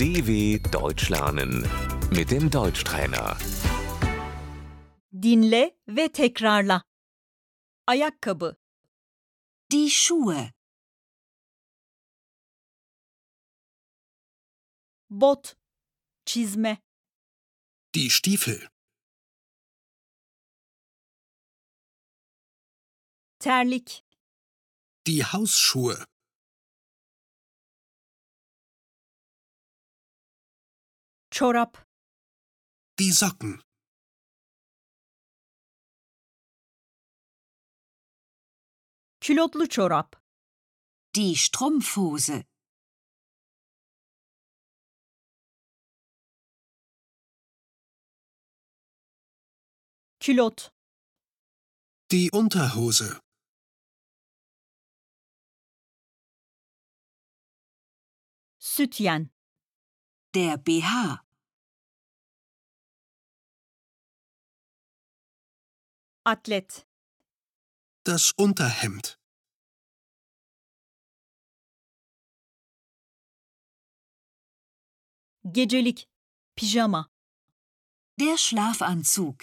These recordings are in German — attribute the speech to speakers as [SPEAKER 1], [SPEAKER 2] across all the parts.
[SPEAKER 1] DW Deutsch lernen mit dem Deutschtrainer.
[SPEAKER 2] Dinle ve tekrarla. Ayakkabı,
[SPEAKER 3] Die Schuhe,
[SPEAKER 2] bot, çizme,
[SPEAKER 4] Die Stiefel,
[SPEAKER 2] terlik,
[SPEAKER 4] die Hausschuhe,
[SPEAKER 2] çorap,
[SPEAKER 4] die Socken,
[SPEAKER 2] külotlu çorap,
[SPEAKER 3] die Strumpfhose,
[SPEAKER 2] külot,
[SPEAKER 4] die Unterhose,
[SPEAKER 2] sütyen,
[SPEAKER 3] der BH,
[SPEAKER 2] atlet,
[SPEAKER 4] das Unterhemd,
[SPEAKER 2] gecelik, pijama,
[SPEAKER 3] der Schlafanzug,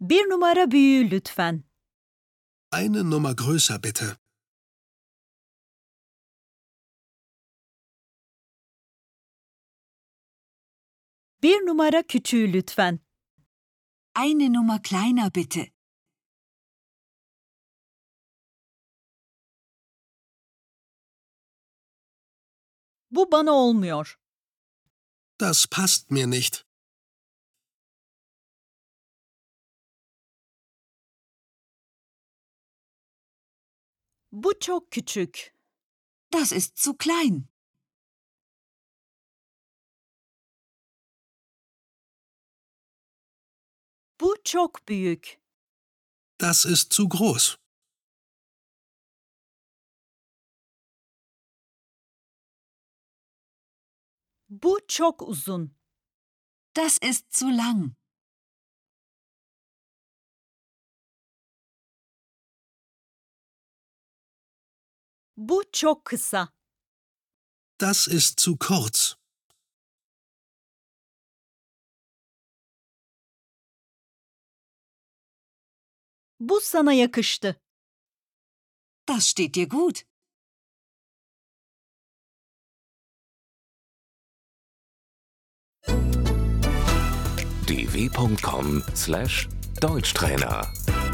[SPEAKER 2] bir numara büyüğü lütfen,
[SPEAKER 4] eine Nummer größer bitte,
[SPEAKER 2] bir numara küçüğü lütfen,
[SPEAKER 3] eine Nummer kleiner bitte,
[SPEAKER 2] bu bana olmuyor,
[SPEAKER 4] das passt mir nicht,
[SPEAKER 2] bu çok küçük,
[SPEAKER 3] das ist zu klein,
[SPEAKER 2] bu çok büyük,
[SPEAKER 4] das ist zu groß,
[SPEAKER 2] bu çok uzun,
[SPEAKER 3] das ist zu lang,
[SPEAKER 2] bu çok kısa,
[SPEAKER 4] das ist zu kurz,
[SPEAKER 2] bu sana yakıştı,
[SPEAKER 3] das steht dir gut,
[SPEAKER 1] dw.com/deutschtrainer